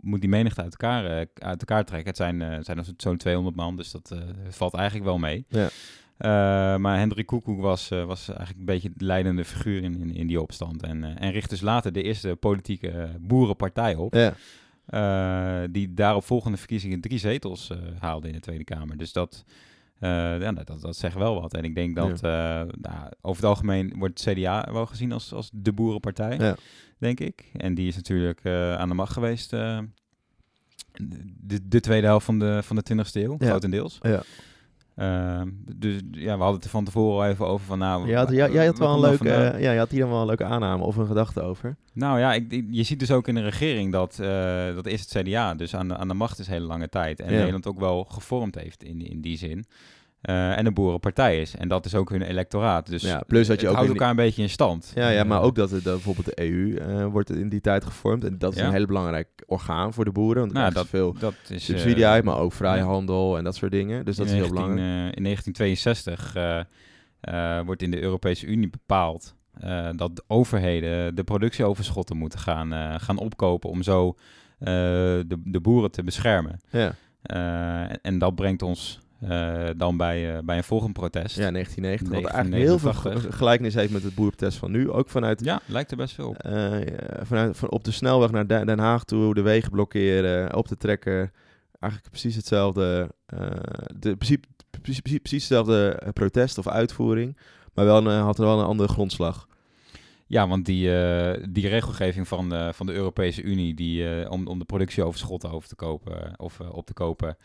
moet die menigte uit elkaar, eh, uit elkaar trekken. Het zijn, eh, het zijn er zo- zo'n 200 man, dus dat eh, valt eigenlijk wel mee. Ja. Eh, maar Hendrik Koekoek was, eh, was eigenlijk een beetje de leidende figuur in, in, in die opstand. En, eh, en richt dus later de eerste politieke eh, boerenpartij op. Ja. Eh, die daarop volgende verkiezingen drie zetels eh haalde in de Tweede Kamer. Dus dat, eh, ja, dat, dat, dat zegt wel wat. En ik denk dat eh, nou, over het algemeen wordt het CDA wel gezien als, als de boerenpartij, Ja. denk ik. En die is natuurlijk eh, aan de macht geweest eh, de, de tweede helft van de, van de 20e eeuw, Ja. grotendeels. Ja. Eh, dus ja, we hadden het er van tevoren al even over van nou... Je had, jij- jij had waar wel een komt dat leuke, vandaan? eh, ja, je had hier dan wel een leuke aanname of een gedachte over. Nou ja, ik, ik- je ziet dus ook in de regering dat, eh, dat is het CDA dus aan, de- aan de macht is hele lange tijd. En Ja. Nederland ook wel gevormd heeft in, in die zin. Eh, en de boerenpartij is. En dat is ook hun electoraat. Dus Ja, plus dat je het ook houdt in die- elkaar een beetje in stand. Ja, ja Eh, maar ook dat het, eh, bijvoorbeeld de EU eh, wordt in die tijd gevormd. En dat is Ja. een heel belangrijk orgaan voor de boeren. Want er nou, is dat, veel dat is eh, subsidie uit, maar ook ja. vrijhandel en dat soort dingen. Dus dat is in heel 19, belangrijk. eh, in 1962 eh, eh, wordt in de Europese Unie bepaald eh, dat de overheden de productieoverschotten moeten gaan, eh, gaan opkopen om zo eh, de, de boeren te beschermen. ja. Eh, en, en dat brengt ons eh, dan bij, eh, bij een volgend protest. ja, 1990. Wat eigenlijk heel veel 1989. ge- gelijkenis heeft met het boerenprotest van nu. Ook vanuit, Ja, lijkt er best veel op. eh, ja, vanuit van op de snelweg naar Den Den Haag toe, de wegen blokkeren, op de trekker. Eigenlijk precies hetzelfde, eh, de, precies, precies, precies, precies hetzelfde eh, protest of uitvoering. Maar wel een, eh, had er wel een andere grondslag. Ja, want die, eh, die regelgeving van de, van de Europese Unie die, eh, om, om de productieoverschotten over te kopen eh, of eh, op te kopen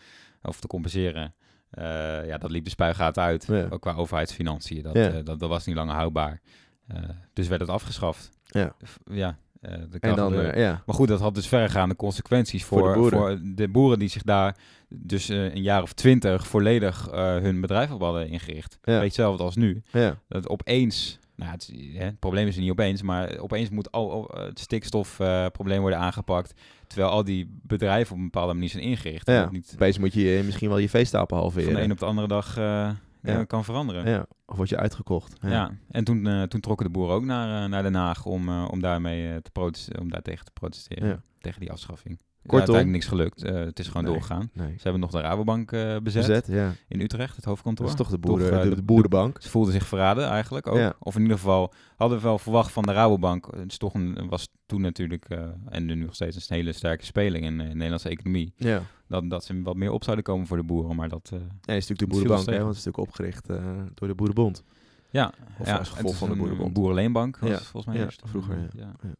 of te compenseren. eh, ja, dat liep de spuigaat uit. Ja. Ook qua overheidsfinanciën. Dat, Ja. eh, dat, dat was niet langer houdbaar. Eh, dus werd het afgeschaft. Ja. F- ja eh, dat kan En dan, gebeuren. eh, ja. Maar goed, dat had dus verregaande consequenties voor, Voor de voor, de, boeren. boeren. die zich daar dus eh, een jaar of twintig volledig eh, hun bedrijf op hadden ingericht. Ja. Beetje hetzelfde als nu. ja. Dat opeens, nou, het, is- hè, het probleem is er niet opeens, maar opeens moet al, al- het stikstofprobleem eh, worden aangepakt. Terwijl al die bedrijven op een bepaalde manier zijn ingericht. En Ja. dat niet Opeens moet je eh, misschien wel je veestapel van de halveren. een op de andere dag eh, dingen kan veranderen. Ja. Ja. Of word je uitgekocht. Ja. en toen, eh, toen trokken de boeren ook naar, eh, naar Den Haag om, eh, om daarmee eh, te protesteren, om daartegen te protesteren. Ja. Tegen die afschaffing. Kortom. Kortom. Uiteindelijk niks gelukt. eh, het is gewoon Nee. doorgegaan. Nee. Ze hebben nog de Rabobank eh, bezet, Bezet, ja. in Utrecht, het hoofdkantoor. Dat is toch de, boeren, Toch, eh, de, de- de boerenbank. Ze voelden zich verraden eigenlijk ook. Ja. Of in ieder geval hadden we wel verwacht van de Rabobank. Eh, Het is toch een, was toen natuurlijk eh, en nu nog steeds een hele sterke speling in, eh, de Nederlandse economie. Ja. Dat, dat ze wat meer op zouden komen voor de boeren. Maar dat, eh, En is natuurlijk de viel boerenbank, hè, tegen. want het is natuurlijk opgericht eh, door de boerenbond. ja, Of ja, als gevolg het is van de een- Boerenbond. Een boerenleenbank was Ja, het volgens mij ja, eerst. vroeger, ja. Ja.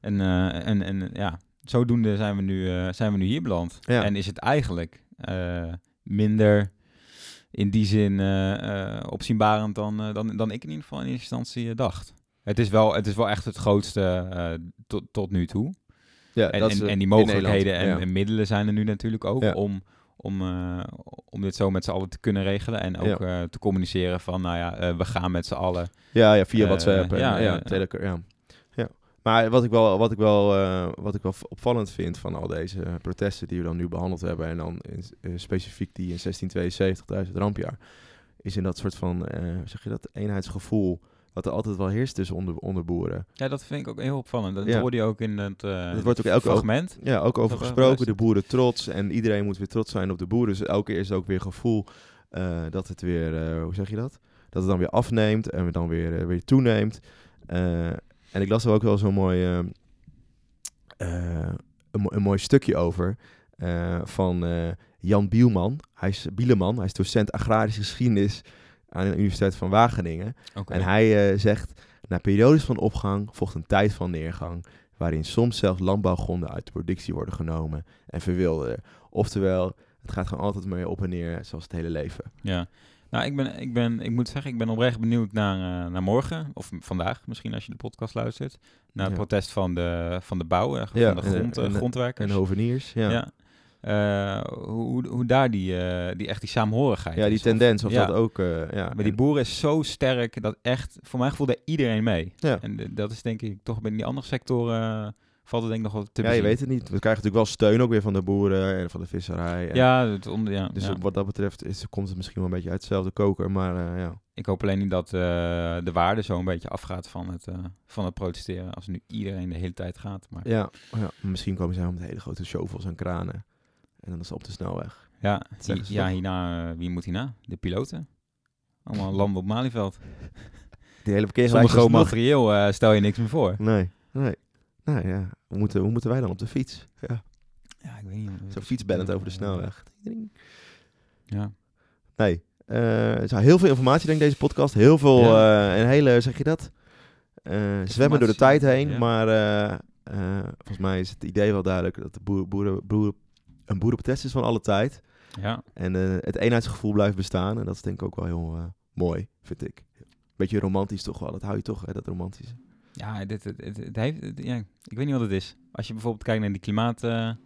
En, eh, en, en ja, zodoende zijn we nu, eh, zijn we nu hier beland. Ja. En is het eigenlijk eh, minder in die zin eh, eh, opzienbarend dan, eh, dan, dan ik in ieder geval in eerste instantie eh, dacht. Het is, wel, het is wel echt het grootste eh, tot, tot nu toe. Ja, En, dat is, en, eh, en die in mogelijkheden en, Nederland, en middelen zijn er nu natuurlijk ook Ja. om, om, eh, om dit zo met z'n allen te kunnen regelen. En ook eh, te communiceren van, nou ja, eh, we gaan met z'n allen. ja. Ja, ja, via eh, WhatsApp en ja, ja, ja, ja. Telegram. Ja. Ja. Maar wat ik wel, wat ik wel, eh, wat ik wel opvallend vind van al deze eh, protesten die we dan nu behandeld hebben, en dan in, eh, specifiek die in 1672, 1000 rampjaar, is in dat soort van, eh, hoe zeg je dat, eenheidsgevoel, wat er altijd wel heerst tussen onder, onder boeren. Ja, dat vind ik ook heel opvallend. Dat Ja. hoorde je ook in het, eh, dat wordt ook elke, fragment. Ja, ook Dat, over eh, gesproken. luistert. De boeren trots. En iedereen moet weer trots zijn op de boeren. Dus elke keer is het ook weer gevoel eh, dat het weer, eh, hoe zeg je dat? Dat het dan weer afneemt en dan weer, eh, weer toeneemt. Eh, en ik las er ook wel zo'n mooi, eh, eh, een, mo- een mooi stukje over eh, van eh, Jan Bielman. Hij is Bieleman, hij is docent agrarische geschiedenis aan de Universiteit van Wageningen. Oké. En hij eh, zegt, na periodes van opgang volgt een tijd van neergang, waarin soms zelfs landbouwgronden uit de productie worden genomen en verwilderen. Oftewel, het gaat gewoon altijd mee op en neer, zoals het hele leven. Ja. Nou, ik, ben, ik, ben, ik moet zeggen, ik ben oprecht benieuwd naar, eh, naar morgen. Of m- vandaag misschien, als je de podcast luistert. Naar het Ja. protest van de, van de bouw, eh, van Ja, de en- grond, eh, en- En grondwerkers. hoveniers, ja. Ja, ja. Eh, hoe, hoe daar die, eh, die echt die saamhorigheid die is. tendens of Ja. dat ook... eh, ja. Maar die boeren is zo sterk dat echt, voor mijn gevoel, daar iedereen mee. Ja. En eh, dat is denk ik toch bij die andere sectoren eh, valt het denk ik nog wel te ja, je bezien. weet het niet. We krijgen natuurlijk wel steun ook weer van de boeren en van de visserij. En Ja, het onder, ja, Dus ja. op wat dat betreft is, komt het misschien wel een beetje uit hetzelfde koker. Maar eh, ja, ik hoop alleen niet dat eh, de waarde zo een beetje afgaat van het, eh, van het protesteren. Als nu iedereen de hele tijd gaat. Maar ja, ja, misschien komen ze wel met hele grote shovels en kranen. En dan is het op de snelweg. ja, zeggen hi- ze ja toch? hierna, eh, wie moet hierna? De piloten. Allemaal landen op Malieveld. Die hele Zonder verkeerslijst is groot nog- materieel eh, stel je niks meer voor. Nee, nee. Nou ja, hoe moeten, hoe moeten wij dan op de fiets? Ja. Ja, ik weet niet. Zo fietsbellend over de snelweg. Ja. Nee. eh, er is heel veel informatie, denk ik, deze podcast. Heel veel, Ja. eh, een hele, zeg je dat? Eh, zwemmen door de Informatie, tijd heen. ja. Maar eh, eh, volgens mij is het idee wel duidelijk dat de boer, boeren, boeren, een boerenprotest is van alle tijd. ja, En eh, het eenheidsgevoel blijft bestaan. En dat is denk ik ook wel heel eh, mooi, vind ik. Beetje romantisch toch wel. Dat hou je toch, hè, dat romantische. ja, dit, het, het, het heeft, het- ja, ik weet niet wat het is. Als je bijvoorbeeld kijkt naar die klimaatprotesten,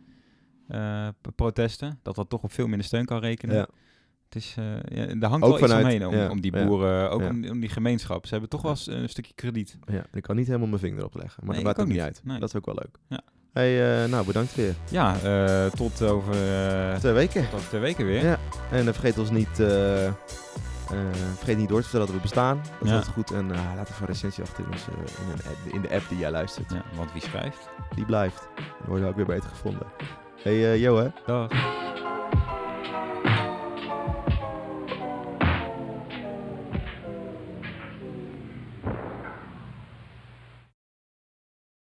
protesten dat dat toch op veel minder steun kan rekenen. Ja. Het is, eh, ja, daar hangt Ook wel iets vanuit- omheen, om, ja, om die ja, boeren, ook ja. om, om die gemeenschap. Ze hebben toch wel eens een stukje krediet. ja. Ik kan niet helemaal mijn vinger op leggen. Maar Nee, dat ik ook maakt ook niet niet. uit. Nee. Dat is ook wel leuk. Ja. Hey, eh, nou, bedankt weer. Ja, eh, tot over, eh, Twee weken. tot over twee weken weer. Ja. En eh, vergeet ons niet, eh, eh, vergeet niet door te vertellen dat we bestaan. Dat is Ja. altijd goed. En eh, laat even een recensie achter in, onze, in, een app- in de app die jij luistert. Ja, want wie schrijft? Die blijft. Dan word je ook weer beter gevonden. Hey, eh, Jo hè? Dag.